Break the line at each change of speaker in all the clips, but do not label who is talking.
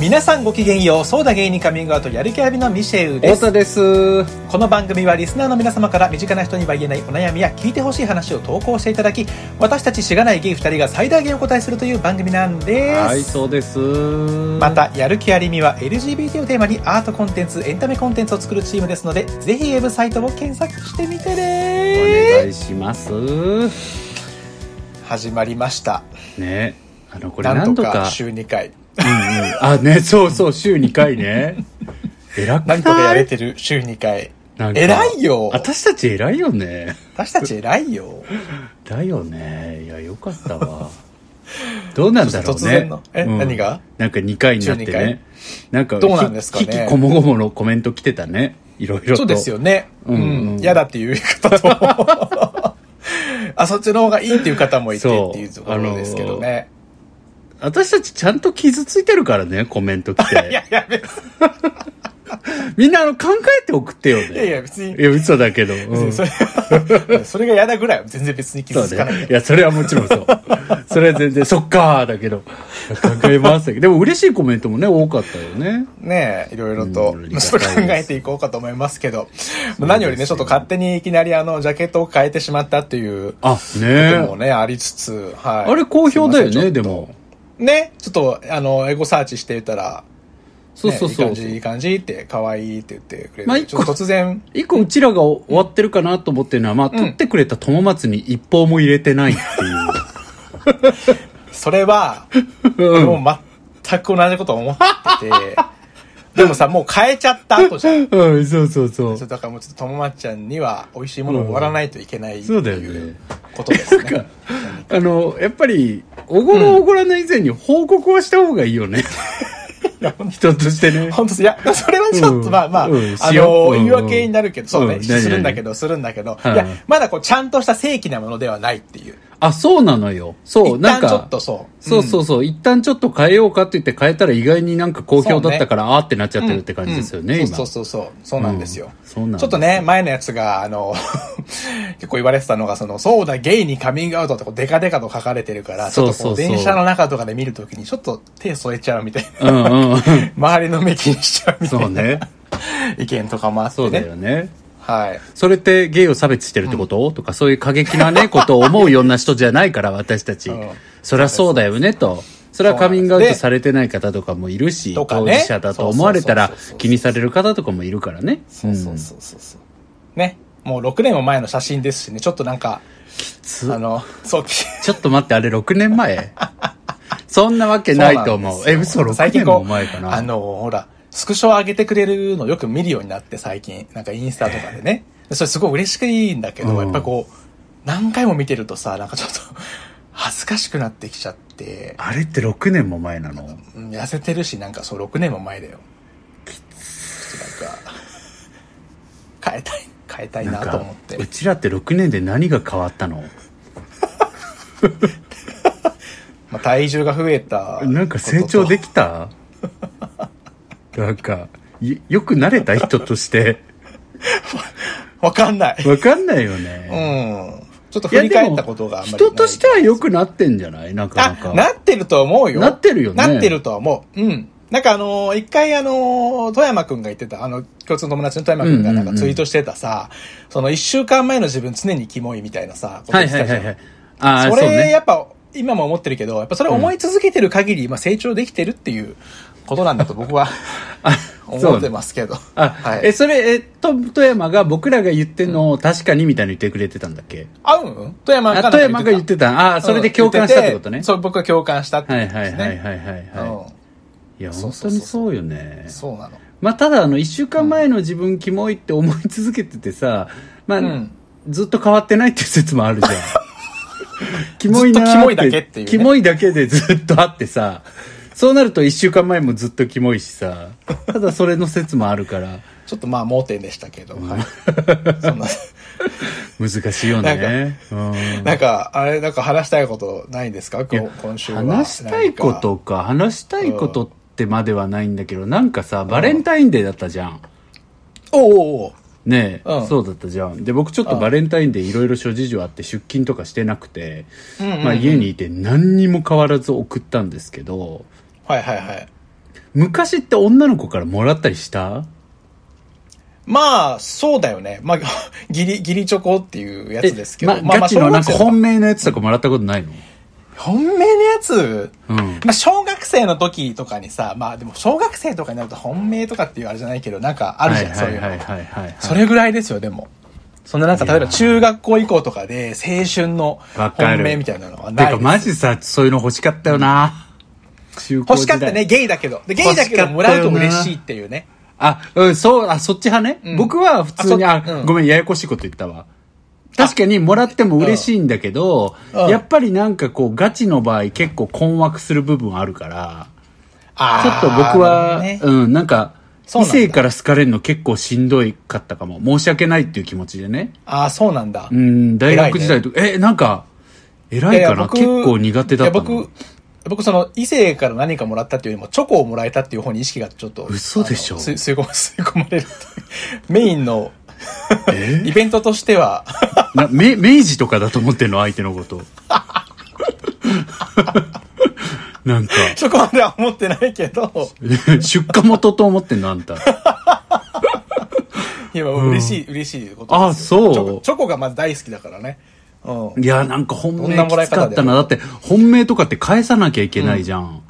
皆さんごきげんよう、そうだ芸人カミングアウトやる気ありのミシェウで
太
す。
田です。
この番組はリスナーの皆様から身近な人には言えないお悩みや聞いてほしい話を投稿していただき、私たちしがないゲイ二人が最大限お答えするという番組なんです。
はい、そうです。ま
また、やる気ありみは LGBT をテーマにアートコンテンツ、エンタメコンテンツを作るチームですので、ぜひウェブサイトを検索してみて
お
ね
願いします。
始まりました。
ね、あのこれ
なん
何
と
度
か
か、
週2回。
うんうん、あね、そうそう週2回ね。偉くな
ないんとかやれてる週2回。
なんか
偉いよ
私たち偉いよね。
私たち偉いよ。
だよね。いやよかったわ。どうなんだろうね。
突然のえ何が
なんか2回になって
週二回
ね。なんか
どうなんですかね
ききこもごものコメント来てたね。いろいろと。
そうですよね。う
うんん。
嫌、だっていう方と。あ、そっちの方がいいっていう方もいて
そう
っていうところですけどね。
私たちちゃんと傷ついてるからね、コメント来て。
いやいや、別
みんなあの考えて送ってよね。
に、いやいや、別に
い、や、嘘だけど。うん
別にそれは、それが嫌だぐらいは全然別に傷つ
そう
かない。
ね。いや、それはもちろん そう。それは全然、そっかーだけど。考えますだけど。でも嬉しいコメントもね、多かったよね。
ねえ、いろいろと、
うん
まあちょっと考えていこうかと思いますけど、まあ何よりね、ちょっと勝手にいきなりあの、ジャケットを変えてしまったっていうこ
あ、
とも
ね
ね、ありつつ、はい。
あれ好評だよ
すいませ
ね、
ん。
でも。
ね、ちょっと、あの、エゴサーチしていたら、
そうそうそう。
ねいい感じ、いい感じって、可愛いって言ってくれる。
まあ
ちょっと突然、
一個うちらが終わってるかなと思ってるのは、まあ、取ってくれた友松に一報も入れてない っ
それは、
ていう。うん。
もう全く同じこと思っ てて、でもさ、もう変えちゃった後じゃん。
うん、そうそう そう
そ。うだからもうちょっとともまちゃんには美味しいものを終わらないといけないって
そうだよ
い
ね
う。ことで すね。
なんかあの、やっぱり、おごろおごらない以前に報告はした方がいいよ ね。人としてね。
本当いや、それはちょっ
う
と、
ん
まあまあ、あ
うんしよ
の、
ううん
言い訳になるけど、そうね、
うん
するんだけど、するんだけど、い
うん
や、まだこう、ちゃんとした正規なものではないっていう。
あ、そうなのよ。そう、
一
なん
旦
か。
ちょっとそう。
そうそうそう、一旦ちょっと変えようかって言って変えたら意外になんか好評だったから、あーってなっちゃってるって感じですよね、
うん
今。
そうそうそうそうそうなんですよ、
うんそうなんです
ちょっとね前のやつがあの 結構言われてたのがそのそうだゲイにカミングアウトってこうデカデカと書かれてるからちょっと
そ
こう
うそうそう
電車の中とかで見るときにちょっと手添えちゃうみたい な
うんうん。
周りの目気にしちゃうみたい
そ
な
うね。
意見とかもあっ
そ
て
うだ
ね
よね。
はい
それってゲイを差別してるってこと、とか、そういう過激な ね、ことを思うような人じゃないから、私たち。
ん
そりゃそうだよね、と。それはカミングアウトされてない方とかもいるし、
とか
当
ね
事者だと思われたら
そうそうそうそう
気にされる方とかもいるからね。
そうそうそうそうそうねもう6年も前の写真ですしねちょっとなんか
つ
あのそう
ちょっと待って、あれ6年 前そんなわけないと思う。
そ
え、
なんです
嘘
よ
6
最
年
近こう
も前かな。
あの、ほら、スクショ上げてくれるのよく見るようになって最近。なんかインスタとかでね。それすごい嬉しくいいんだけど、
うん
やっぱこう、何回も見てるとさ、なんかちょっと、 恥ずかしくなってきちゃって、
あれって6年も前なの
うん痩せてるし、なんかそう、6年も前だよ。ちょっとなんか、変え たい、変えたい
なん
なと
か
思っ、て
う。ちらって6年で何が変わったの
まあ、体重が増えた。
なんか成長で
き
きたなんか、よよくなれた人として。
わかんない。
わかんないよ
う
ね。
ん。ちょっと振り返ったことがあんまりない
人としては良くなってんじゃないなかな
あ
か。、
なってると思うよ。
なってるよね
なってるとは思う。うん。なんかあのー一回あのー富山くんが言ってた、あの、共通の友達の富山くんがなん
うんうん
か
うん
ツイートしてたさ、その一週間前の自分常にキモいみたいなさ、こと
は
言
い
って
はい
たじ
はいは
ゃん
い。ああ、
そ
そう
れ
ね。
やっぱ、今も思ってるけど、やっぱそれを思い続けてる限り、まあ成長できてるっていうことなんだと僕は
あ
思ってますけど。
あ、
はい
え、それ、え、と、富山が僕らが言ってんのを確かにみたいに言ってくれてたんだっけ、
あ、うん富山がなん
あ
か
富山が言ってた。ああ、それで共感したってこと
う
ね。
ん言ててそう、僕は共感したってこ
は
と
い
ですね。
はいはいはいはいは
う
い。いや、
そう
本
そ
当
うそう
にそうよね
ん。。そうなの。
まあ、ただ、あの、一週間前の自分キモいって思い続けててさ、まあ、
ん
ずっと変わってないっていう説もある じゃん。キモいなー
ずっとキモいだけっていうね
キモいだけでずっとあってさ、そうなると一週間前もずっとキモいしさ、ただそれの説もあるから、
ちょっとまあ盲点でしたけど、はい。 そんな、
難しいよね。うん
なんか、あれ、なんか話したいことないんですか今日今週は。
話したいこ
なんか
とか話したいことってまではないんだけど、なんかさバレンタインデーだったじゃん、
おうおうおう
ねえ、
うん
そうだったじゃんで僕ちょっとバレンタインデーいろいろ諸事情あって出勤とかしてなくて、
うんうんうん
まあ、家にいて何にも変わらず送ったんですけど
はいはいはい。
昔って女の子からもらったりした
まあ、そうだよね。まあ、 ギリ、ギリチョコっていうやつですけど。
えま
まあま
ガ
あ、
チのなんか
小学生の
本命のやつとかもらったことないの
本命のやつ、
うん
まあ、小学生の時とかにさ、まあでも小学生とかになると本命とかっていうあれじゃないけど、なんかあるじゃん、
はいはい
そう
はい
いうの。
はいはい
それぐらいですよ、でも。そんななんか、例え
い
ば
やー
中学校以降とかで青春の
わか
本
る
命みたいなのは
て
ない
か
です
マジさそういうの欲しかったよな、中高
欲し
時
か
代
ったね、ゲイだけど。で、ゲイだけどもらうと嬉しいっていうね。
あ、うん、そう、あ、そっち派ね。
ん
僕は普通に、
あ
あ、
そうん
ごめん、ややこしいこと言ったわ。確かにもらっても嬉しいんだけど、
うん
やっぱりなんかこう、ガチの場合結構困惑する部分あるから、ちょっと僕は、
あーなるほどね
うん、なんか、
そう
異
なんだ
性から好かれるの結構しんどいかったかも。申し訳ないっていう気持ちでね。
あー、そうなんだ。
うん、大学時代と、え、なんか、偉いかな
僕
結構苦手だった
い
の
や僕、僕その異性から何かもらったっていうよりもチョコをもらえたっていう方に意識がちょっと。
嘘でしょ
あの吸い吸い込ま 吸い込まれるっていう。メインの イベントとしては、
なめ明治とかだと思ってんの相手のことなんか
そこまでは思ってないけど、
出荷元と思ってんのあんた
いや、嬉しい、嬉しいこと
あ
です
そ
よ
う
チョコチョコがまず大好きだからね。うん。
いやなんか本
どん
命
なもらい
きつ
方
かったなだって本命とかって返さなきゃいけないじゃん、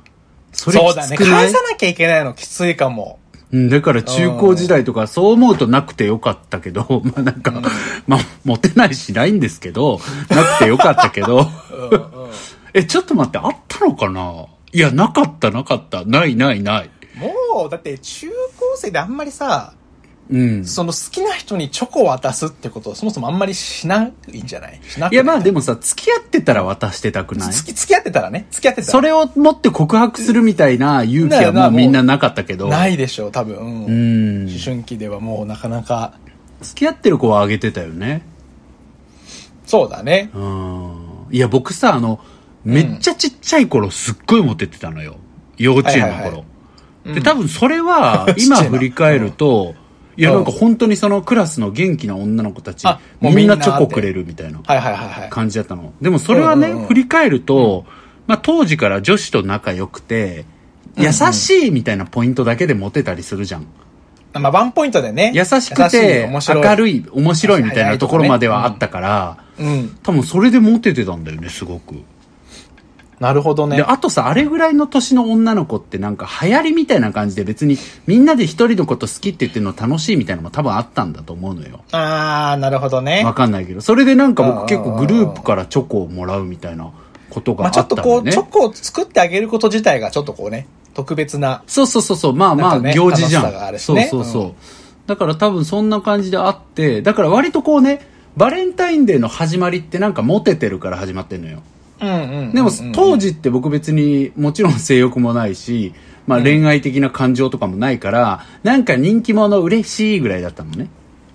それ
そう
き
だ
つ
ね。
くない
返さなきゃいけないのきついかも。
うん、だから中高時代とかそう思うとなくてよかったけど、 まあなんか、まあモテないしないんですけど、なくてよかったけど、 え、ちょっと待って、あったのかないや、なかったなかった。ないないない。
もう、だって中高生であんまりさ、
うん。
その好きな人にチョコを渡すってことをそもそもあんまりしないんじゃないしなくない
やまあでもさ、付き合ってたら渡してたくない
つき付き合ってたらね。付き合ってた
そ
ら。
れを持って告白するみたいな勇気はも
なあ
う
なあ
みんななかったけど。
ないでしょう、多分。うん
うん。
思
付
春期ではもうなかなか。
き合ってる子はあげてたよね。
そうだね。
うん。いや僕さ、あの、めっちゃちっちゃい頃すっごいモテてたのよ。幼稚園の
はいはいは
頃。で、多分それは
ちっちゃいな
今振り返ると、いや
うん
なんか本当にそのクラスの元気な女の子たち
あ、もう
みんな
みんな
チョコくれるみたいな。
はいはいはいはい。
感じだったの。でもそれはね、
うんうんうん
振り返ると、まあ当時から女子と仲良くて、優しいみたいなポイントだけでモテたりするじゃん。
まあ、ワンポイントで ね。
優しくて、明るい、面白いみたいなところまではあったから、
い。うん。
多分それでモテてたんだよね、すごく。
なるほど
で、
ね。
あとさ、あれぐらいの年の女の子ってなんか流行りみたいな感じで別にみんなで一人のこと好きって言ってるの楽しいみたいなのも多分あったんだと思うのよ。
あー、なるほどね
わ。かんないけど。それでなんか
うんうんう
僕
ん
結構グループからチョコをもらうみたいなことが
ま
あ
あ、
った
ちょ
ん
っと
だ
こ
よ
う、
ね。
チョコを作ってあげること自体がちょっとこうね、特別な。
そうそうそうそう。まあま
な
あ、
んかね
行事じゃ
楽しさがあ
ん。
るし
そう
ね
そうそう。だから多分そんな感じであって、だから割とこうね、バレンタインデーの始まりってなんかモテてるから始まってんのよ。
うんうんうん
でも当
時、
時って僕別にもちろん性欲もないし、まあ恋愛的な感情とかもないから、なんか人気者嬉しいぐらいだったのね。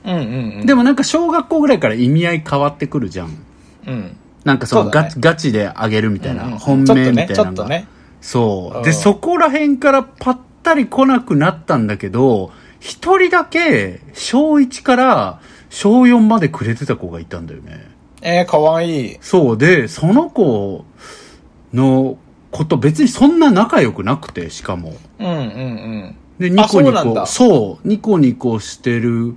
うんうん
でもなんか小学校ぐらいから意味合い変わってくるじゃん。
うん。うん。
なんかそ
そ
の
うだ
ガ
ね
チ,、ガチであげるみたいな、
うんうん
本命みたい
ちょ
なの
っと
が、
ね
そうう。
ん
で、そこら辺からパッタリ来なくなったんだけど、一人だけ、小1から小4までくれてた子がいたんだよね。
えー、かわいい。
そう。で、その子のこと別にそんな仲良くなくて、しかも。
うんうんうん。
で、ニコ
そ
ニ
うなんだ
コ、そうニコニコしてる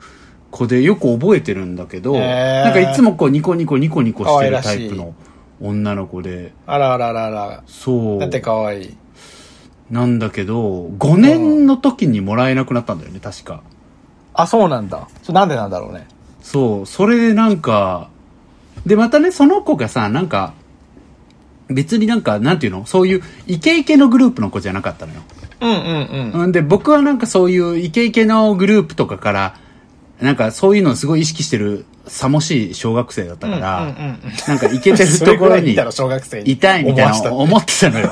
子でよく覚えてるんだけど、
へー
なんかいつもこうニコニコニコニコしてるタイプ
可愛
の女の子で、
あらあらあらあら。
そう。
なんてかわいい。
なんだけど、5年の時にもらえなくなったんだよね、確か。
あ、そうなんだ。それなんでなんだろうね。
そう、それでなんか、で、またね、その子がさ、なんか、別になんか、なんていうのそういう、イケイケのグループの子じゃなかったのよ。
うんうんうん。
うん、で、僕はなんかそういうイケイケのグループとかから、なんかそういうのをすごい意識してる、さもしい小学生だったから、
うんうんうんうん
なんかイケてる ところに、
小学生
いたいみたいな思ってたのよ。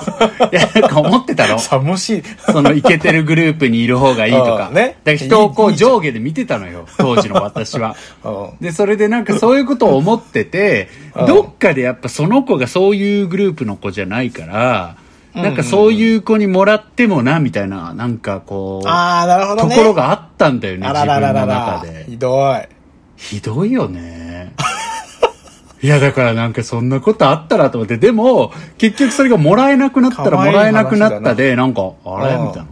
いや、なんか思ってた の。
さ、もし、
そのイケてるグループにいる方がいいとか。
うんね
だから人をこ
いいういいじゃん
上下で見てた のよ、当時の私は。
うん。
で、それでなんかそういうことを思ってて
うん、
どっかでやっぱその子がそういうグループの子じゃないから、なんかそういう子にもらってもな、みたいな、なんかこう、
ああ、なるほど
と
ね。
ころがあったんだよね、
あ
自
ららら
分
ら
の
ら
中で。
ひどい。
ひどいよね。いや、だからなんかそんなことあったらと思って、でも、結局それがもらえなくなったら
可
も
愛い
らえなくなっ
話だな
たで、なんか、あれ
うん
みたいな。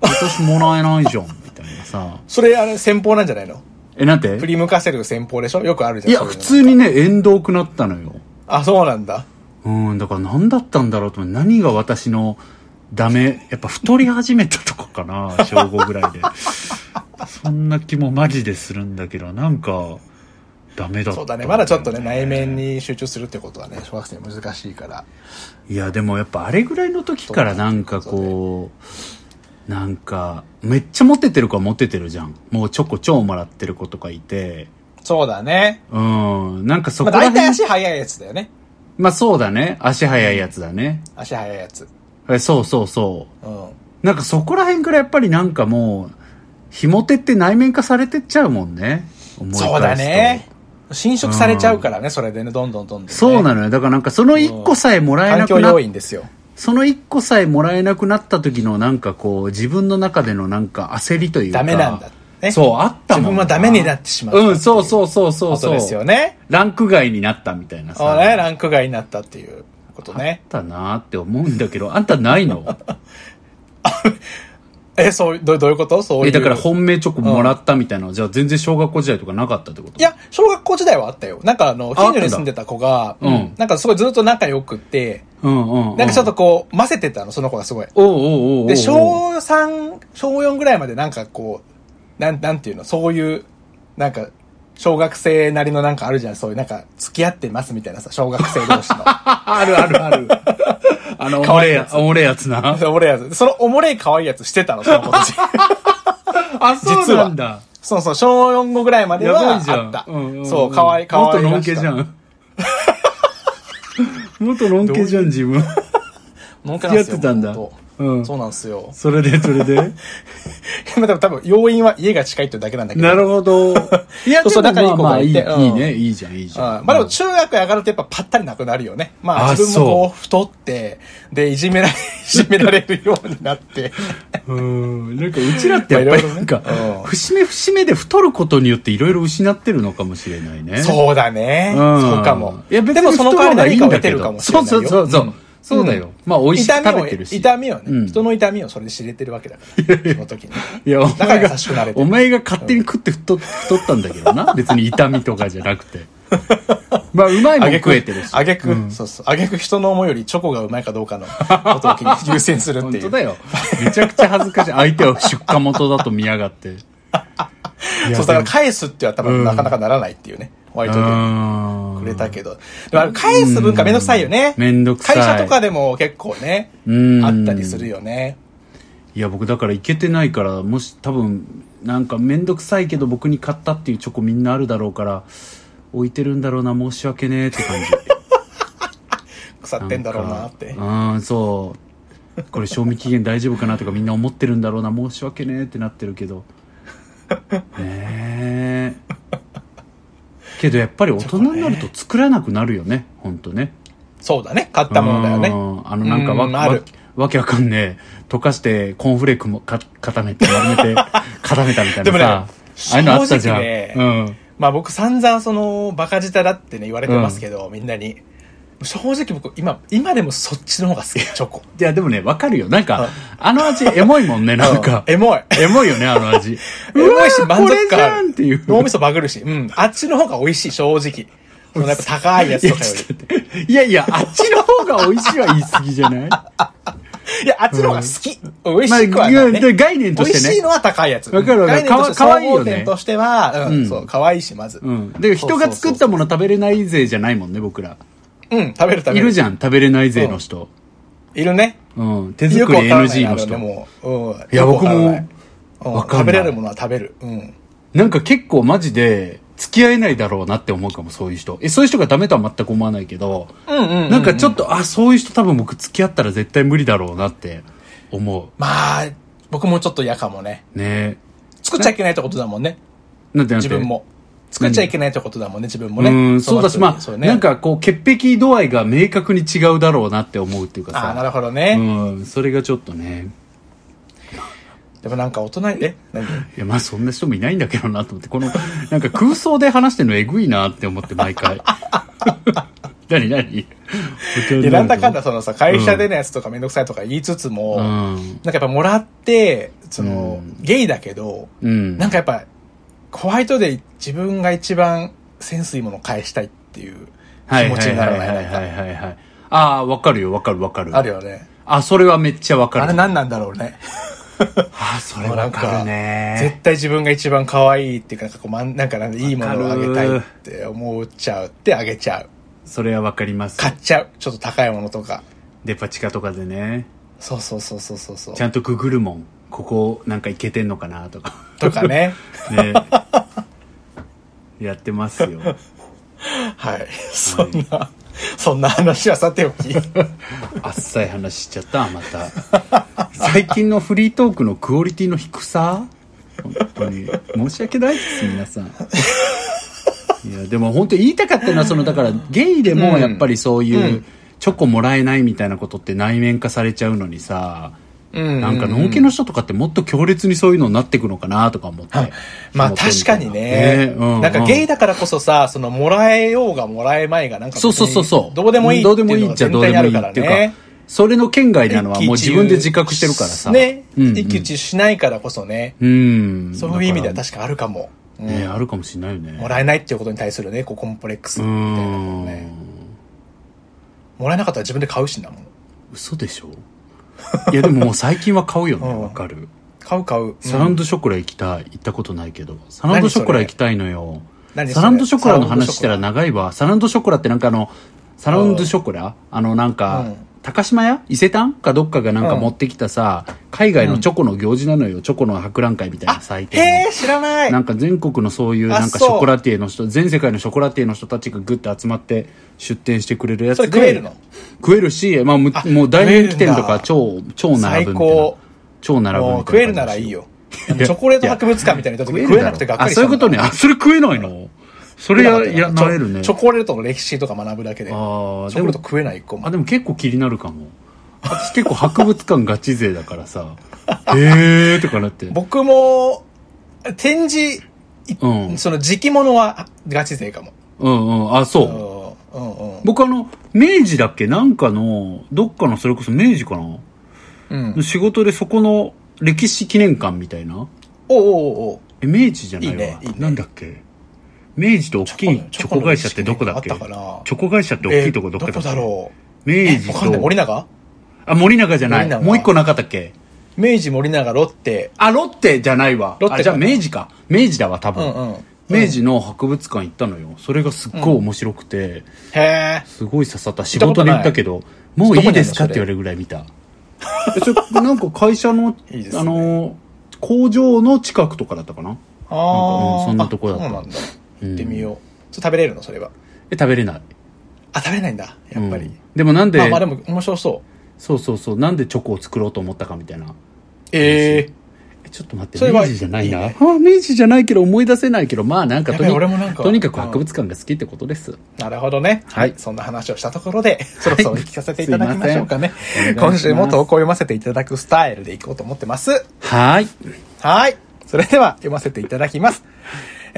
私もらえないじゃん、みたいなさ。
それ、あれ、戦法なんじゃないの
え、なんて
振り向かせる戦法でしょよくあるじゃ
い
ん。
や、
そうう
普
の
通にね、縁遠くなったのよ。
あ、そうなんだ。
うん、だから何だったんだろうと思って何が私のダメ、やっぱ太り始めたとこかな、小5ぐらいで。 そんな気もマジでするんだけど、なんか、ダメだった。
そうだね。まだちょっとね、内面に集中するってことはね、小学生難しいから。
いや、でもやっぱあれぐらいの時からなんかこう、なんか、めっちゃモテてる子はモテてるじゃん。もうチョコ超もらってる子とかいて、
そうだね。
うん、なんかそ
ま
こ
あ、
ら
大
辺、
体足速いやつだよね。
まあそうだね。足速いやつだね。
足速いやつ。
えそうそうそう。
うん。
なんかそこら辺からやっぱりなんかもう、ひも手って内面化されてっちゃうもんね。思い返すと
そうだね。。侵食されちゃうからね、それでね、どんどんどんどん、ね。
そうなのよ。だからなんかその一個さえもらえ
環
な
境
くなっ
要因ですよ。
その一個さえもらえなくなった時のなんかこう、自分の中でのなんか焦りというか。
ダメなんだ。ね。
そう、あったもん
自分はダメになってしまったっていう
うん、そうそうそうそう
こと
そう。
ですよね。
ランク外になったみたいな
そ
さ。
うね、ランク外になったっていうことね
あ。ったなーって思うんだけど、あんたない の
え、そう、どどういうことそういう。
え、だから本命チョコもらったみたいなの、じゃあ全然小学校時代とかなかったってこと
いや、小学校時代はあったよ。なんかあの、
あ
近所に住んでた子が、
うん
うんなんかすごいずっと仲良くって、
うんうん、うん。
なんかちょっとこう、混ぜてたの、その子がすごい。
おうおうおうおう
で、小3、小4ぐらいまでなんかこう、なん、なんていうの、そういう、なんか、小学生なりのなんかあるじゃん、そういうなんか、付き合ってますみたいなさ、小学生同士の。
あるあるあ る。あの、おもれえやつ、おもれえやつな。
おもれえやつ。そのおもれえ可愛いやつしてたの、その子 たち。
あ、そうなんだ。
そうそう、小4後ぐらいまで
や
は
ば
あ
いじゃん。
った。
んんん
そう、可愛い、可愛い。
元のんけじゃ。ん。元のん けじゃん、自分。
のんけ
付き合
なんで
っ
すよ。
てたんだ
ほ。
うんん
と。そうなんですよ。
それで、それで。
まあでも多分、要因は家が近いってだけなんだけど。
なるほど。いや、で
そうそ
も
う仲いい子
まあま
が
あ
い
いい、
てうん
いいね。いいじゃん、いいじゃ。
うんんまあでも中学上がるとやっぱパッタリなくなるよね。まあ
あ
自分もこう太って、で、いじ められ、いじめられるようになって。
うん。なんか、うちらってやっぱり
まあいろ
ないん
ろ
か
ね、うん
節目節目で太ることによっていろいろ失ってるのかもしれないね。
そうだね。
うん
そうかも。
いや、別
でも
に
その
太
代わ
る
り
のはいいん
何かを
だ
得て
け
る
ど。
かもしれ
そ
な
う
いよ。
そうそうそう。そうだ
う
よ
ん。
まあ、美味しく
痛み
食
を、
べてるし。
痛みをね、
うん
人の痛みをそれで知れてるわけだから、その時に。
いや、お
だか
前
ら
が
優しくなれ、て
お
る。
前が勝手に食って太っ太ったんだけどな。別に痛みとかじゃなくて。まあ、うまいもん食えてるし。
あげく、そうそう。あげく人の思いよりチョコがうまいかどうかのことを気に 優先するって
本
いう
当。だよ。めちゃくちゃ恥ずかしい。相手を出荷元だと見やがって。いや
そう、だから返すっては多分なかなかならないっていうね。ホワイトデー
うん
くれたけど。でもあれ返す文化めんどくさいよね。
うんめんどくさい
会社とかでも結構ね、
うん
あったりするよね。
いや、僕だから行けてないから、もし多分、なんかめんどくさいけど僕に買ったっていうチョコみんなあるだろうから、置いてるんだろうな、申し訳ねえって感じ。
腐ってんだろうなって。
うんそうこれ賞味期限大丈夫かなとかみんな思ってるんだろうな申し訳ねえってなってる けどねえけどやっぱり大人になると作らなくなるよね本当ね
そうだね。買ったものだよ
う
ね。
んあのなんか
う
わ
んある
わわけわかんねえ溶かしてコーンフレークもか固めて丸 めて固めたみたい
で
な
もね
さああいうのあったじゃん、
正直ね
うん
まあ僕散々その、バカ舌だってね、言われてますけど、みんなに。正直僕、今、今でもそっちの方が好き、チョコ。
いやでもねわかるよなんかあの味エモいもんね なんか
うエモい。
エモいよねあの 味
エモいし満
これ
足
じ
感
ゃ
あ
んっ
る。
ていう
脳みそバグるし。うん。あっちの方が美味しい、正直。そのやっぱ高いやつとかより。
いやいや、あっちの方が美味しいは言い過ぎじゃない
いや、あっちの方が好き。美味しくはな
まあ
い、
い
ね
やで概念としてね
美味しいのは高いやつ。
わかるわかる
概念として
かわかわいいよね
総合点としては、うん、
うん
そう、可愛いし、ま ず。う、
うんん。で、人が作ったもの食べれない勢じゃないもんね、僕ら。
食べる食べる。
いるじ
ゃ
ゃん、食べれない勢の人。
ん。いるね。
うん。手作り
よくわからない
NG の人
あれ。もう、うん。
いや、
よく
僕
わからな
も
い、うん
わかんない
食べれるものは食べる。うん。
なんか結構マジで、付き合えないだろうなって思うかも、そういう人。え、そういう人がダメとは全く思わないけど、
うんうん、
なんかちょっと、あ、そういう人多分僕付き合ったら絶対無理だろうなって思
まあ、僕もちょっと嫌かもね。
う。ね
作っちゃいけないってことだもんね。
なんてなんて
自分も。作っちゃいけないってことだもんね、自分もね。
うん、そうだし、まあ、
そうね
なん、かこう、潔癖度合いが明確に違うだろうなって思うっていうか
あ
さ。
あ、なるほどね。
うん、それがちょっとね。
でもなんか大人に、え何
いや、まあそんな人もいないんだけどなと思って、この、 なんか空想で話してるのえぐいなって思って、毎 回。何何
いや、なんだかんだそのさ、会社でのやつとかめんどくさいとか言いつつも、
う
なん
ん。
かやっぱもらって、その、ゲイだけど、
うん。
なんかやっぱ、ホワイトで自分が一番センスいいものを返したいっていう
はい
気
は
持ち
い
に
は
なら
い
な
はいいはい
なんか
はいはいはい。ああ、わかるよ、わかるわかる。
あるよね。
あ、それはめっちゃわかる。
あれ何なんだろうね。
あ、それわかるね。
絶対自分が一番可愛いっていうか、なんかこう、まんなんかなんかいいものをあげたいって思っちゃうってあげちゃう。
それはわかります。
買っちゃう。ちょっと高いものとか。
デパ地下とかでね。
そうそうそうそうそうそう
ち。ゃんとググるもん。ここなんかいけてんのかなとか。
とかね。
ね。やってますよ。
はい。そんな、そんな話はさておき。
あっさい話しちゃった、また。最近のフリートークのクオリティの低さ本当に。申し訳ないです、皆さん。いや、でも本当に言いたかったのは、その、だから、ゲイでもやっぱりそういう、チョコもらえないみたいなことって内面化されちゃうのにさ、
うん
なんか、のんきの人とかってもっと強烈にそういうのになってくのかなとか思って。
まあ
思ってみ
確
た
からにね。なんかゲイだからこそさ、その、もらえようがもらえまいが、なんか別
そう
に
そうそうそう。
どうでもいいって
どうでも
いう
い
の
い
が
っちゃ
全
どう
体
でも
にあ
い
る
い
か
っ
ら
ていう
ね
か。、それの圏外なのはもう自分で自覚してるからさ。
ね。
うん、
一騎打ちしないからこそね。
うん。
そういう意味では
だか
確かあるかも。う
ら
ん
ね、あるかもしれないよね。
もらえないっていうことに対するね、こうコンプレックス
う
みたいなの
ー
ね。
ん。
もらえなかったら自分で買うしなもん。
嘘でしょいやでももう最近は買うよね。
うん
わかる。
買う買う。
サランドショコラ行きたい。行ったことないけど。サランド
何
シ
それ
ョコラ行きたいのよ。
何それ
サランドショコラの話したら長いわ。サランドショコラってなんかあの、サランドショコラあのなんか、
うん
高島屋伊勢丹かどっかがなんか
うん
持ってきたさ、海外のチョコの行事なのよ。チョコの博覧会みたいな祭典の。
へえ、知らない。
なんか全国のそういう
あ
なんかシ
そう
ョコラティエの人全世界のショコラティエの人たちがグッて集まって出店してくれるやつ
そ
で
れ食えるの
食えるし、まあ、むもう大人気店とか超超並ぶみた
最
いな
高
超並ぶみたい
も
な
う食えるならいいよ。あのチョコレート博物館みたいに行った時食えなくてがっかり
あ
し
そ
た
ういうこと
ね。
ねあ それ食えないのそれやや
食
なれるね
チョチョコレートの歴史とか学ぶだけで。チ
ああ
ョコレート食えない子
あ
も。
でも結構気になるかも私結構博物館ガチ勢だから さへえーとかなって
僕も、展示、い
うん
その時期物はガチ勢かも。
うんうんあそう、
うんうん
僕あの、明治だっけなんかの、どっかのそれこそ明治かな、
うん。うん。
仕事でそこの歴史記念館みたいな
おうおうおう
え、明治じゃないわ。
いいねいいね
なんだっけ明治と大きいチョコ会社ってどこだっけ
あったかな
チョコ会社って大きいとこどっかだっ
えーど
け、
こだろ
明治
うわかんない。森
と、
永
あ、森永じゃな
森
い。
永
もう一個なかったっけ
明治森永ロッテ。
あ、ロッテじゃないわ。
ロッテ
あ、じゃあ
かな
明治か。明治だわ、多
う
分。
んうん。
明治の博物館行ったのよ。それがすっごい面白くて、
へえ。
すごい刺さった。仕
たこ
事
と
で
ない
行ったけど、もういいですかっ
ど
て言われ
こにあ
るぐらい見 た。えそれなんか会社の、
いいですね
あの、工場の近くとかだったかな
ああ。
うんそんなとこだった
あそうなんだ。
うん
行ってみよう。それ食べれるのそれは。
え、食べれない。
あ、食べれないんだ。やっぱ
う
り
ん。でもなんで、
まあまあでも面白そう。
そうそうそう、なんでチョコを作ろうと思ったかみたいな。
ええ。
えちょっと待っ
そ
て、
れは
明治じゃないな。
いい
あ
ね
明治じゃないけど思い出せないけど、まあなんかと
や
に
べ俺もなんか
とにかく博物館が好きってことです。
なるほどね。
はい
そんな話をしたところで、そろそろ聞かせていただきましょうかね
いませ。ん
今週も投稿を読ませていただくスタイルでいこうと思ってます。
はい。
はい。それでは読ませていただきます。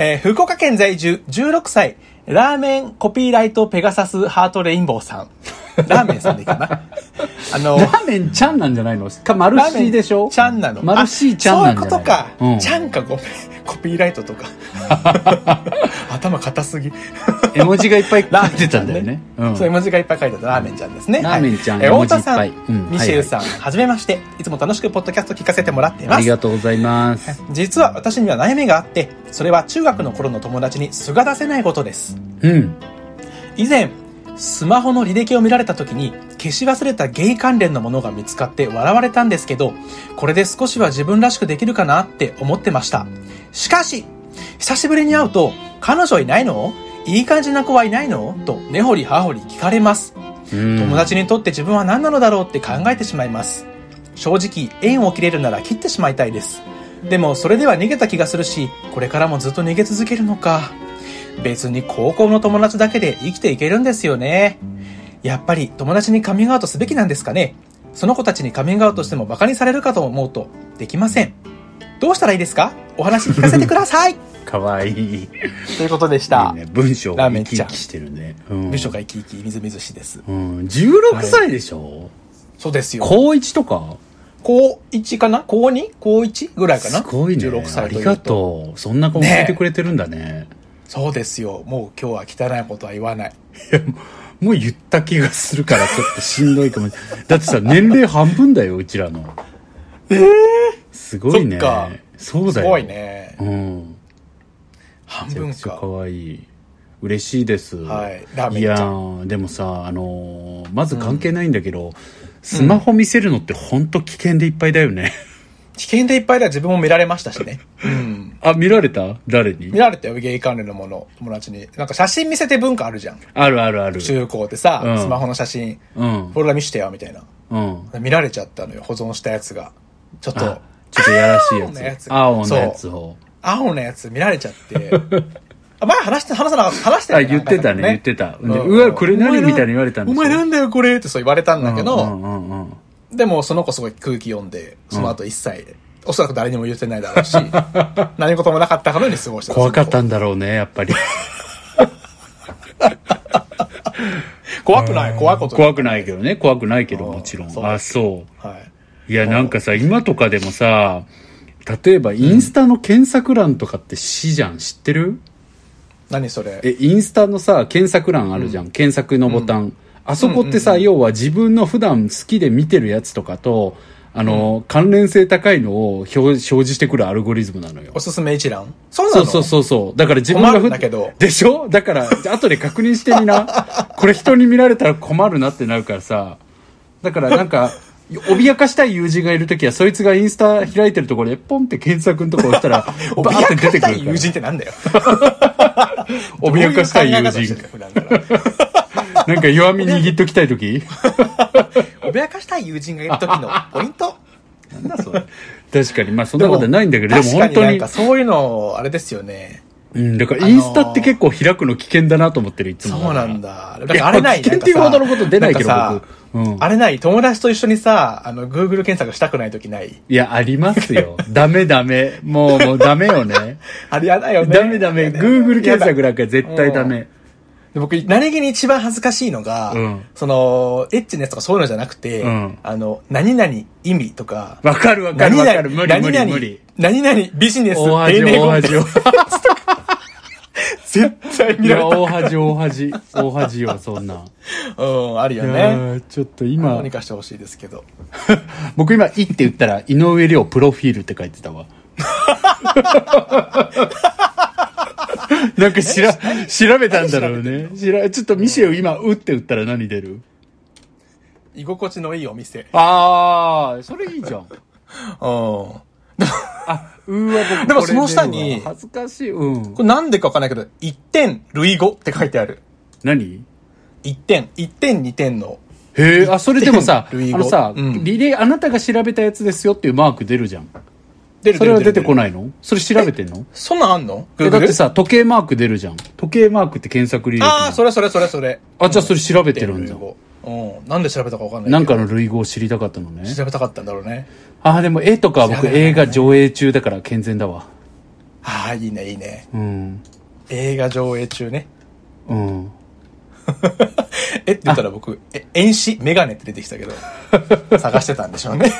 えー福岡県在住16歳、ラーメンコピーライトペガサスハートレインボーさん。ラーメンさんでいい かな。あの
ラ、ーメンちゃんなんじゃないのか、マルシーでしょ
ちゃんなの。
マルシーちゃんなんじゃない
あそういうことか。ちゃ
ん。
んかごめん。コピーライト とか。頭硬すぎ。
絵文字がいっぱい出てたんだよね。うん
そういう文字がいっぱい書いてあるラーメンちゃんですね。
ラーメンちゃん
はいえー
絵文
太
字い
田
っぱ
さ
い
ん
うん、
ミシェルさん、はじめまして。いつも楽しくポッドキャスト聞かせてもらってい
あ
ま
り
す。
がとうございます。
実は私には悩みがあって、それは中学の頃の友達に素が出せないことです。
うん。
以前、スマホの履歴を見られた時に消し忘れたゲイ関連のものが見つかって笑われたんですけど、これで少しは自分らしくできるかなって思ってました。しかし、久しぶりに会うと、彼女いないのいい感じな子はいないのと根掘り葉掘り聞かれます。
友
友達にとって自分は何なのだろうって考えてしまいます正直縁を切れるなら切ってしまいたいですでもそれでは逃げた気がするしこれからもずっと逃げ続けるのか別に高校の友達だけで生きていけるんですよねやっぱり友達にカミングアウトすべきなんですかねその子たちにカミングアウトしてもバカにされるかと思うとできませんどうしたらいいですかお話聞かせてください
かわいい。いい
ということでした
ね、文章
ラ
が
ーメン
生き
ちゃ
生
ん
きしてるね。うん
部署が生き生きみずみずしいです
うん。16歳でしょ
そうですよ
高1とか
高1かな高 2? 高 1? ぐらいかな
すごいね。
16歳
あ
とい
り
うと
がとう。そんな子も聞いてくれてるんだね。
そうですよ。もう今日は汚いことは言わない。
もう言った気がするからちょっとしんどいかもしれない。だってさ、年齢半分だよ、うちらの。
ええ
すごいね。
そっか
そう
す
だよ。
ごい。ね。
うん。
半
めちゃ
分
くちゃ
か。
可愛い。嬉しいです。
はいラーメン
い
行っ
や
ちゃ
ー、でもさ、あのーまず関係ないんだけど、スマホ見せるのってほんと危険でいっぱいだよね。
危険でいっぱいだ自分も見られましたしね。うん。
あ、見られた誰に
見られたよ、ゲイ関連のもの、友達に。なんか写真見せて文化あるじゃん。
あるあるある。
中高でさ、
うん
スマホの写真、
うん。
俺ら見してよ、みたいな。
うん。
見られちゃったのよ、保存したやつが。ちょっと
あ、、ちょっとやらしいや
青の
つ。青の
やつ
やつを。
青のやつ見られちゃって。 あ前話して、話さなかった、話して
あ、言ってたね、言ってた。でうわ、これ何みたいに言われたん
で
ですす
お
よ。
前なんだよ、これってそう言われたんだけど、
うんうんうんうん。
でもその子すごい空気読んで、その後一切、おそらく誰にも言ってないだ ろうし、何事もなかったかのように過ごして
怖かっ
そ
たんだろうね、やっぱり。
の子怖くない、怖いこと。
怖くないけどね、怖くないけど、もちろ。
そうん
あ、そう。
はい。
いや、なんかさ、今とかでもさ、例えばインスタの検索欄とかって死じゃん、知ってる
何それ。
え、インスタのさ、検索欄あるじゃん、検索のボタン。あそこってさ、要は自分の普段好きで見てるやつとかと、あの、関連性高いのを表表示してくるアルゴリズムなのよ
お。すすめ一覧そうな
そ
の
うそうそうそう。だから自分が
困るん
ふ
だけど
でしょだから、じゃあ後で確認してみ な。これ人に見られたら困るなってなるからさ。だからなんか、脅かしたい友人がいるときは、そいつがインスタ開いてるところで、ポンって検索のとこ押したら、バ
お
ーって出てくるから。
友人ってなんだよ。
脅かしたい友
どうい
人
う考え方してん。だよ普段から
なんか弱み握っときたいとき
脅かしたい友人がいる時のポイントなんだそれ。
確かに。まあそんなことはないんだけど、でも
確か
本
に
当
な
に。
んかそういうの、あれですよね。
うん、だからインスタって結構開くの危険だなと思ってる、いつ
そ
も。
うなん。だ。だか
いや
らあれない。
危険っていうほどのこと出ないけど
んかさ
僕うん
あれない。友達と一緒にさ、あの、Google 検索したくない時ない。
いや、ありますよ。ダメダメ。もう、もうダメよね。
あれやだよね。
ダメダメ。
やだ
Google 検索
やだ
なんか絶対ダメ。
で僕、何気に一番恥ずかしいのが、
うん
その、エッチなやつとかそういうのじゃなくて、
うん
あの、何々意味とか、
わかるわかる
何
わ
々
かる。無理
何
無
々
理無理。
何々ビジネス、
大恥、
英語
大
みた
恥
いな
を。
絶対
い
見られ
や、大恥、大恥。大恥よ、そんなん。
た。うん、あるよ
いや
ね。
ーちょっと
どう
今
に、かしてほしいですけど。
僕今、いって言ったら、井上亮プロフィールって書いてたわ。なんかしら、調べたんだろうね。しら、ちょっと見せよ、今、うって打ったら何出る
居心地のいいお店。
あー、それいいじゃん。
うん。こ
あ、うわ、僕
でも
これ
その下に
恥ずかしい。うん。
れなんでかわかんないけど、一点、類語って書いてある。
何
一点、一点、二点の。
へえ、あ、それでもさ、あ
類語
のさ、
うん
リレー、あなたが調べたやつですよっていうマーク出るじゃん。
出る
それは出てこ
い。
ないのそれ調べてんの
そんなんあんの
え
Google？
だってさ、時計マーク出るじゃん。時計マークって検索履歴
ああ、そ
れ。
れそれそれそれ。
あ、じゃあそれ調べてるん
類
だ。
語。うん。なんで調べたかわかんない。
なんかの類語を知りたかったのね。
調べたかったんだろうね。
あー、でも絵とかは
調
僕
べないね
映画上映中だから健全だわ。
ああ、いいね、いいね。
うん。
映画上映中ね。
うん。
えって言ったら僕、え、遠視、メガネって出てきたけ ど、探してたんでしょうね。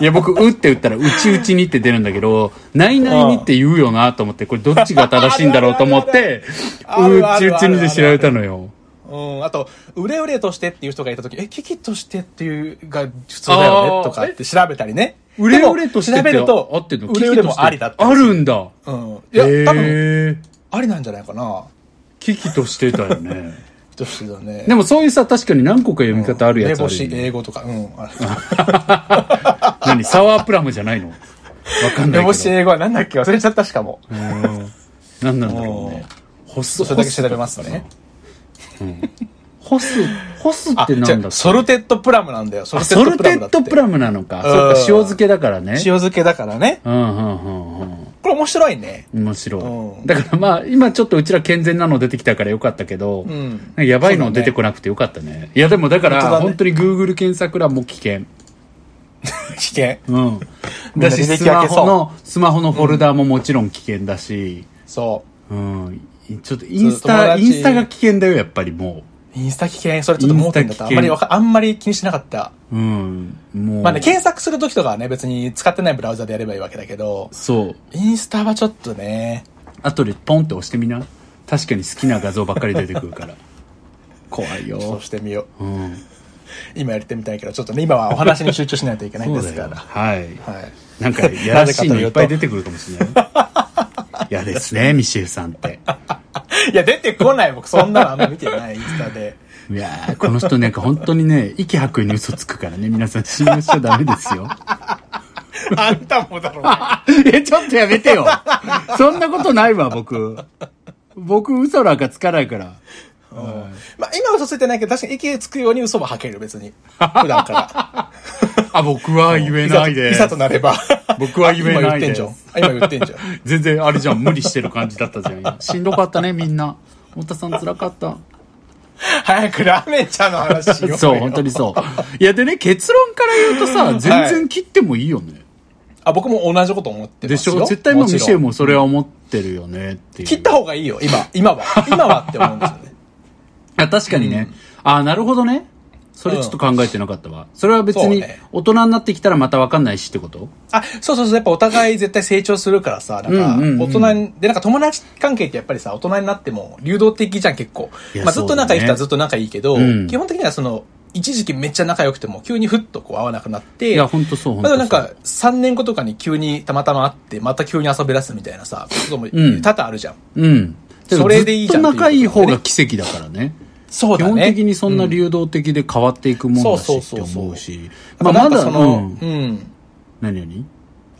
いや、僕、うって打ったら、うちうちにって出るんだけど、ないないにって言うよなと思って、これどっちが正しいんだろうと思って、
あ
う
るあ
ち
る
う
あるある
ちにで調べたのよ。
うん、あと、うれうれとしてっていう人がいたとき、え、キキとしてっていうが普通だよ
あー
ねとかって調べたりね。
うれうれとして
でも調べる
あ
と
ってんの、
うれうれもありだった。
あ。るんだ。
うん。いや、多分、
へー
ありなんじゃないかな。
危機としてたよ ね。
としてだね。
でもそういうさ、確かに何個か読み方あるやつあ
英
る
語
よ
し、
ね、
英語とか、 うん。あ
何サワープラムじゃないのわかんな
梅
い
干し
けど。
英語はなんだっけ忘れちゃったしかも。
うん何なんだろうね。ホス、
それだけ調べますね。
ホス、ホスっ
あ、
てなん
じ
だっ
ゃ
け
あソルテッドプラムなんだよ。ソ
あソルテッドプラ
ム
ムなのか。
ん
そっか、塩漬けだからね
だっ。て。塩漬けだからね。
うんうんうんうん。
これ面白いね。
面白
う
い。
ん
だからまあ、今ちょっとうちら健全なの出てきたからよかったけど、
ん
なんかやばいの出てこなくてよかったね。いやでもだから、
本
本
当だ
当
ね
に Google 検索欄も危険。
危険。
うん。
みん
だ
な
し、
履歴
スマ
開けそう
ホの、スマホのフォルダーももちろん危険だし、
そ
うん。ちょっとインス
そう友
タ、イ
達
ンスタが危険だよ、やっぱりも
インスタ危険、それちょっと盲点だった。
インスタ危険
あんまりわか、あんまり気にしなかった。
うん。もう。
まあね、検索するときとかはね、別に使ってないブラウザでやればいいわけだけど、
そう。
インスタはちょっとね、
後でポンって押してみな。確かに好きな画像ばっかり出てくる から。怖いよ。
そうしてみよう。
うん。
今やってみたいけど、ちょっとね、今はお話に集中しないといけないんですから。
はい。
はい。
なんか、やらしいのいっぱい出てくるかもし れない。いやですね、ミシェルさんって。
いや、出てこない、僕、そんなのあんま見てない、インス タで。
いやーこの人なんか本当にね、息吐くに嘘つくからね、皆さん信用しちゃダメですよ。
あんたもだろうな。
え、ちょっとやめてよ。そんなことないわ、僕。僕、嘘なんかつかないから。
まあ、今は嘘ついてないけど、確かに息つくように嘘も吐ける、別に。普段から。
あ、僕は言えないで
いざとな れば。
僕は言えないです
あ今言ってんじゃん。あ今言ってんじゃん。
全然あれじゃん、無理してる感じだったじゃん今。しんどかったね、みんな。太田さん辛かった。
早くラーメンちゃんの話しよう よ。
そう、本当にそう。いや、でね、結論から言うとさ、全然切ってもいいよね。
あ、僕も同じこと思ってますよ。
でしょ絶対もうミシェル
も
もそれは思ってるよねっていう。
ちろん切った方がいいよ、今。今は。今はって思うんですよ ね。
あ確かにね。あなるほどね。それちょっと考えてなかったわ。それは別
そう
に
ね
大人になってきたらまたわかんないしってこと
あ、そうそうそう、やっぱお互い絶対成長するからさ、なんか、
うんうんう
大
ん
人に、で、なんか友達関係ってやっぱりさ、大人になっても流動的じゃん、結構
い。や
まあずっと仲いい人はずっと仲いいけど、
うん
基本的にはその、一時期めっちゃ仲良くても、急にふっとこう会わなくなって、
いや、ほんとそう、ほん
ま
とそ
あ
う。
でもなんか、3年後とかに急にたまたま会って、また急に遊び出すみたいなさ、ことも
うん
多々あるじゃん。
うん。
それでいいじゃん
ずっと仲いい方
っていう
が奇跡だからね。
そう
基
だね。
本的にそんな流動的で変わっていくもんだし
そう
っ
そ
て
うそうそう
思うし。
うん、
まあ、ま
なんか
だ、
その、
うん。
うん
何々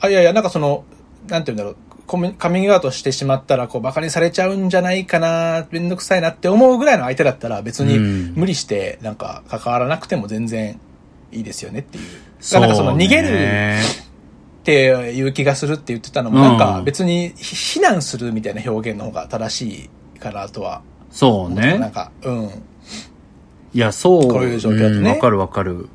あ、いやいや、なんかその、なんて言うんだろう。コミカミングアウトしてしまったら、こう、馬鹿にされちゃうんじゃないかな、めんどくさいなって思うぐらいの相手だったら、別に
うん
無理して、なんか、関わらなくても全然いいですよねっていう。
そう
な
ね
んかその、逃げるっていう気がするって言ってたのも、なんか
うん
別に、ひ避難するみたいな表現の方が正しいかなとは。
そう
な
ね
ん。か、うん。うん
いや、そう。
こういう状況だとね
んわ、かるわかる。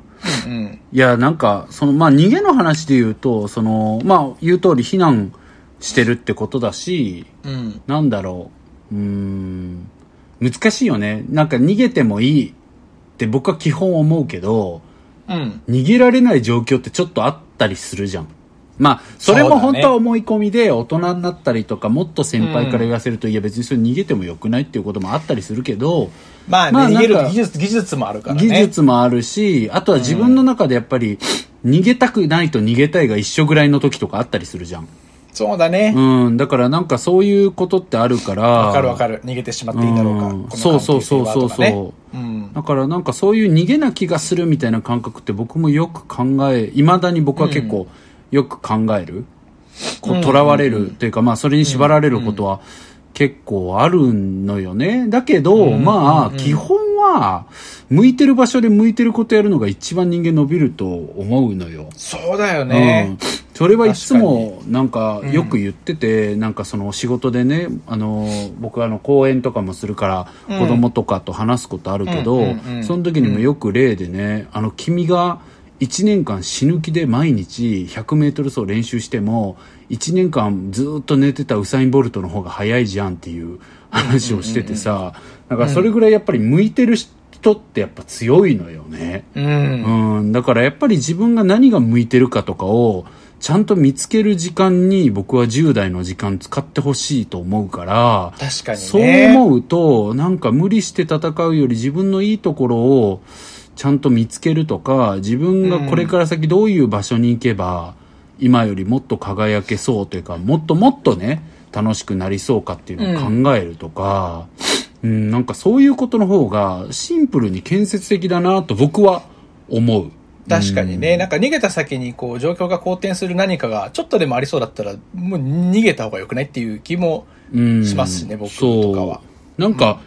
うん。
いや、なんか、その、まあ、逃げの話で言うと、その、まあ、言う通り避難してるってことだし、
うん。
なんだろう。うーん。難しいよね。なんか逃げてもいいって僕は基本思うけど、
うん。
逃げられない状況ってちょっとあったりするじゃん。まあ、それも
そうだね
本当は思い込みで大人になったりとか、もっと先輩から言わせると、いや別にそれ逃げてもよくないっていうこともあったりするけど、
まあね、
まあ
逃げる
なんか
技術、技術もあるからね。
技術もあるし、あとは自分の中でやっぱり、逃げたくないと逃げたいが一緒ぐらいの時とかあったりするじゃん。
そうだね。
うん、だからなんかそういうことってあるから。
わかるわかる。逃げてしまっていいんだろうか。
うん
この
そうそうそうそう
関係性はとかねうん。
だからなんかそういう逃げな気がするみたいな感覚って僕もよく考え、未だに僕は結構よく考える。こう、囚われるというか、まあそれに縛られることは結構あるのよね。だけど、まあ基本は向いてる場所で向いてることやるのが一番人間伸びると思うのよ。
そうだよね。
うん、それはいつもなんかよく言ってて、なんかその仕事でねあの僕あの講演とかもするから、子供とかと話すことあるけど、
うんうんうん
その時にもよく例でね、あの君が1年間死ぬ気で毎日 100m 走練習しても1年間ずっと寝てたウサイン・ボルトの方が早いじゃんっていう話をしててさ、なんかそれぐらいやっぱり向いてる人ってやっぱ強いのよね。
うん。
うん、だからやっぱり自分が何が向いてるかとかをちゃんと見つける時間に僕は10代の時間使ってほしいと思うから、
確かにね。
そう思うとなんか無理して戦うより自分のいいところをちゃんと見つけるとか自分がこれから先どういう場所に行けば、今よりもっと輝けそうというかもっともっとね楽しくなりそうかっていうのを考えるとか、うんなんかそういうことの方がシンプルに建設的だなと僕は思う。
確かにね。なんか逃げた先にこう状況が好転する何かがちょっとでもありそうだったら、もう逃げた方が良くないっていう気も。
うん
しますしね僕とかは
そうなんか、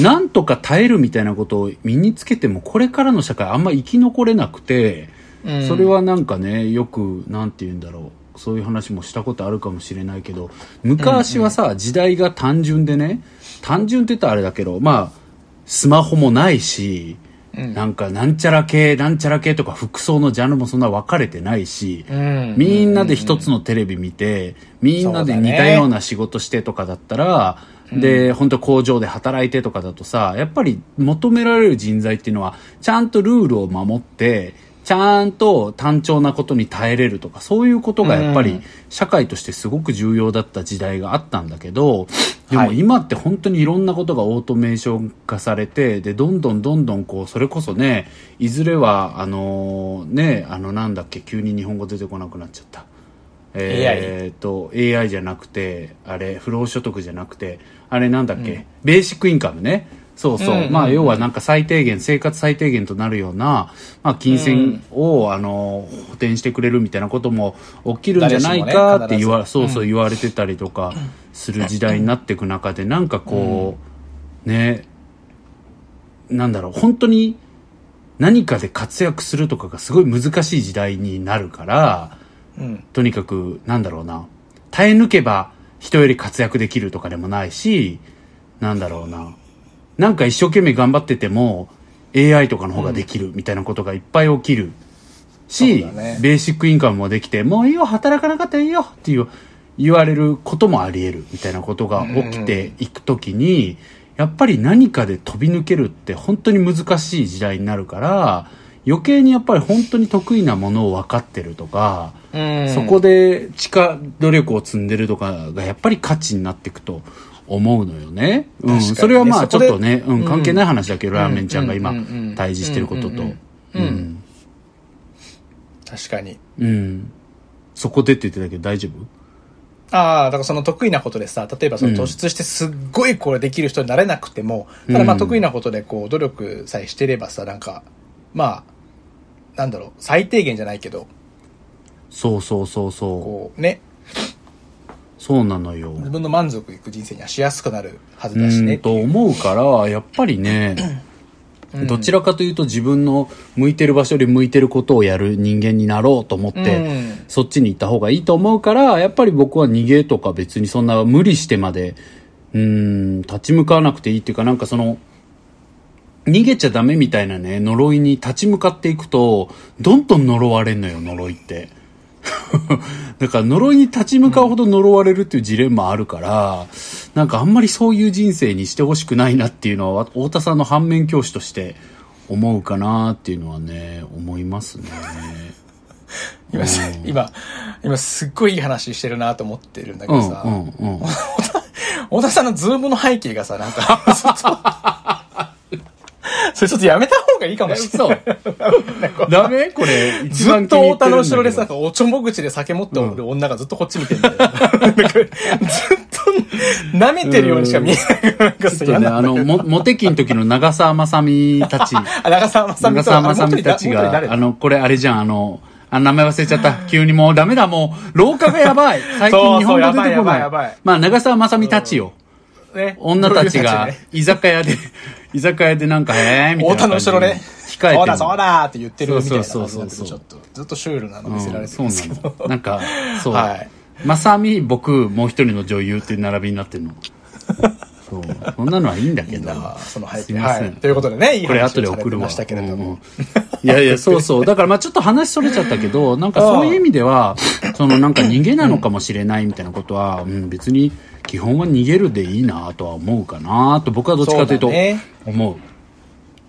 なんとか耐えるみたいなことを身につけてもこれからの社会あんま生き残れなくて、
うん
それはなんかねよくなんて言うんだろうそういう話もしたことあるかもしれないけど昔はさ、時代が単純でね単純って言ったらあれだけどまあスマホもないし、なんかなんちゃら系なんちゃら系とか服装のジャンルもそんな分かれてないし、
ん
みんなで一つのテレビ見て、みんなで似たような仕事してとかだったら、で、本当工場で働いてとかだとさ、やっぱり求められる人材っていうのは、ちゃんとルールを守って、ちゃんと単調なことに耐えれるとか、そういうことがやっぱ
うん
り社会としてすごく重要だった時代があったんだけど、で
は
も
い
今って本当にいろんなことがオートメーション化されて、で、どんどんどんどんこう、それこそね、いずれは、あのーね、あの、なんだっけ、急に日本語出てこなくなっちゃった。えー、と AI じゃなくてあれ不労所得じゃなくてあれなんだっけ、ベーシックインカムねそうそう、
うんうんうん
まあ要はなんか最低限生活最低限となるような、まあ、金銭を、あの補填してくれるみたいなことも起きるんじゃないかって言わ、
誰しも
そ
ね必ず
うそう言われてたりとかする時代になっていく中でなんかこう、ねなんだろう本当に何かで活躍するとかがすごい難しい時代になるから、
うん。
とにかく、なんだろうな。耐え抜けば人より活躍できるとかでもないし、なんだろうな。なんか一生懸命頑張ってても、AI とかの方ができるみたいなことがいっぱい起きるし、
そうだね
ベーシックインカムもできて、もういいよ、働かなかったらいいよっていう言われることもあり得るみたいなことが起きていくときに、やっぱり何かで飛び抜けるって本当に難しい時代になるから、余計にやっぱり本当に得意なものを分かってるとか、
うん
そこで地下努力を積んでるとかがやっぱり価値になっていくと思うのよね。う
確かに
ん。
ね
それはまあち
そ
ょ
こで
っとね、うん、
うん
関係ない話だけど、ラーメンちゃんが今
うんうんうんうん、
対峙してることと。
うんうん
うん。
確かに。
うん。そこでって言ってたけど大丈夫
ああ、だからその得意なことでさ、例えばその突出してすっごいこれできる人になれなくても、ただまあ
うん
得意なことでこう努力さえしてればさ、なんか、まあ、なんだろう、最低限じゃないけど、
そうそうそうそ
こうね、
う。そうなのよ。
自分の満足いく人生にはしやすくなるはず
う
だしね
ん。と思うから、やっぱりね、どちらかというと自分の向いてる場所より向いてることをやる人間になろうと思って、
うん
そっちに行った方がいいと思うから、やっぱり僕は逃げとか別にそんな無理してまで、うーん、立ち向かわなくていいっていうか、なんかその、逃げちゃダメみたいなね、呪いに立ち向かっていくと、どんどん呪われんのよ、呪いって。 だから呪いに立ち向かうほど呪われるっていうジレンマあるから、なんかあんまりそういう人生にしてほしくないなっていうのは、太田さんの反面教師として思うかなっていうのはね、思いますね。
今、今、今すっごいいい話してるなと思ってるんだけどさ、
うんうんうん。
小田さんのズームの背景がさ、なんか、 ちょっとそれちょっとやめた方がいいかもし れない。
嘘ダメこれ、一
ず
番
っ
気
と
に入っ
太
て
田の
るんだけど
後ろでさ、おちょも口で酒持っておる女がずっとこっち見てんだよ。なんかずっと舐めてるようにしか見えないから、なんか
ち
さ、
ょっと
嫌
ね、
な
あ
んだ
の、
けど。
も、モテ期の時の長澤まさみたち、
あ、長澤まさみ
長
と、
澤まさみたち
あ
が、
の元々誰だ
あの、これあれじゃん、あの、あ、名前忘れちゃった。急にもうダメだ、もう、廊下がやばい。最近日本語出て
そうそうや
こ
ば
な
いやばいやばい
い。まあ、長澤まさみたちよ。
ね
女たちが
女ね、
居酒屋で、居酒屋でなんか、えーみたい
太
な
田
感じ
の後
で。
ろ
控え
ね、
て
そ
る
うだそうだって言ってるみたいな
そう
感じ
そ
にな
う
って
そう
るち
そ
ょ
う
っと、ずっとシュールなの
うん
見せられてるんですけ
そう
ど。
なの。なん か、そう。
はい
まさみ、僕、もう一人の女優っていう並びになってるの。そう。そんなのはいいんだけど。
なあその背
す
景。
いま
は
せん
い。ということでね、いい
これ
話
後で
をされ
送
て
るわ。
ましたけれど
うんう
も
ん。いやいや、そうそう。だからまあちょっと話それちゃったけど、なんかそういう意味では、そのなんか逃げなのかもしれないみたいなことは、うん、別に基本は逃げるでいいなとは思うかなと、僕はどっちかというと
そうだね
思う。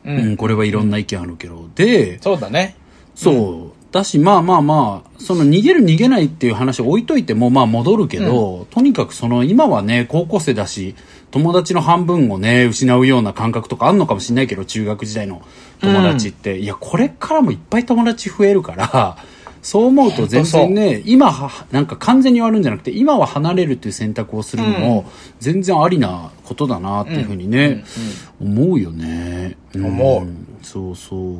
う。
うんん、これはいろんな意見あるけど。で、
そうだね。
そう。だし、まあまあまあ、その逃げる逃げないっていう話を置いといても、まあ戻るけど、とにかくその今はね、高校生だし、友達の半分をね、失うような感覚とかあんのかもしれないけど、中学時代の友達って。いや、これからもいっぱい友達増えるから、 そう思うと全然ね、今は、なんか完全に終わるんじゃなくて、今は離れるっていう選択をするのも、全然ありなことだなっていうふうにね、思うよね。ん
思う。
そうそう。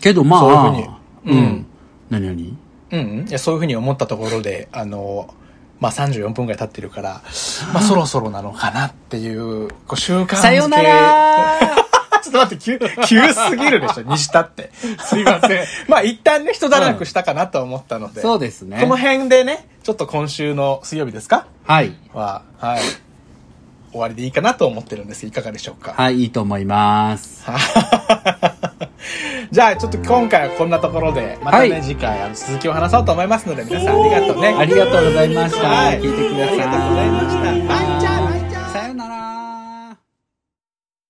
けどまあ、
そういうふうに
う
うん
ん。何何
うん、いやそういうふうに思ったところで、あの、まあ、34分ぐらい経って るから、まあ、そろそろなのかなっていう、こう、習慣づけ。
ら
ちょっと待って、急、急すぎるでしょ、西田って。
すいません。
まあ、一旦ね、人だらくしたかなと思ったので。
そうですね
この辺でね、ちょっと今週の水曜日ですか
はい。
は、はい。終わりでいいかなと思ってるんですいかがでしょうか
はい、いいと思います。
はじゃあちょっと今回はこんなところで、またね、
はい
次回あの続きを話そうと思いますので、皆さんありがとうね。
ありがとうございました。
はい
聞いてくだ
ありがとうご
さ
ざい
い。
ました。はい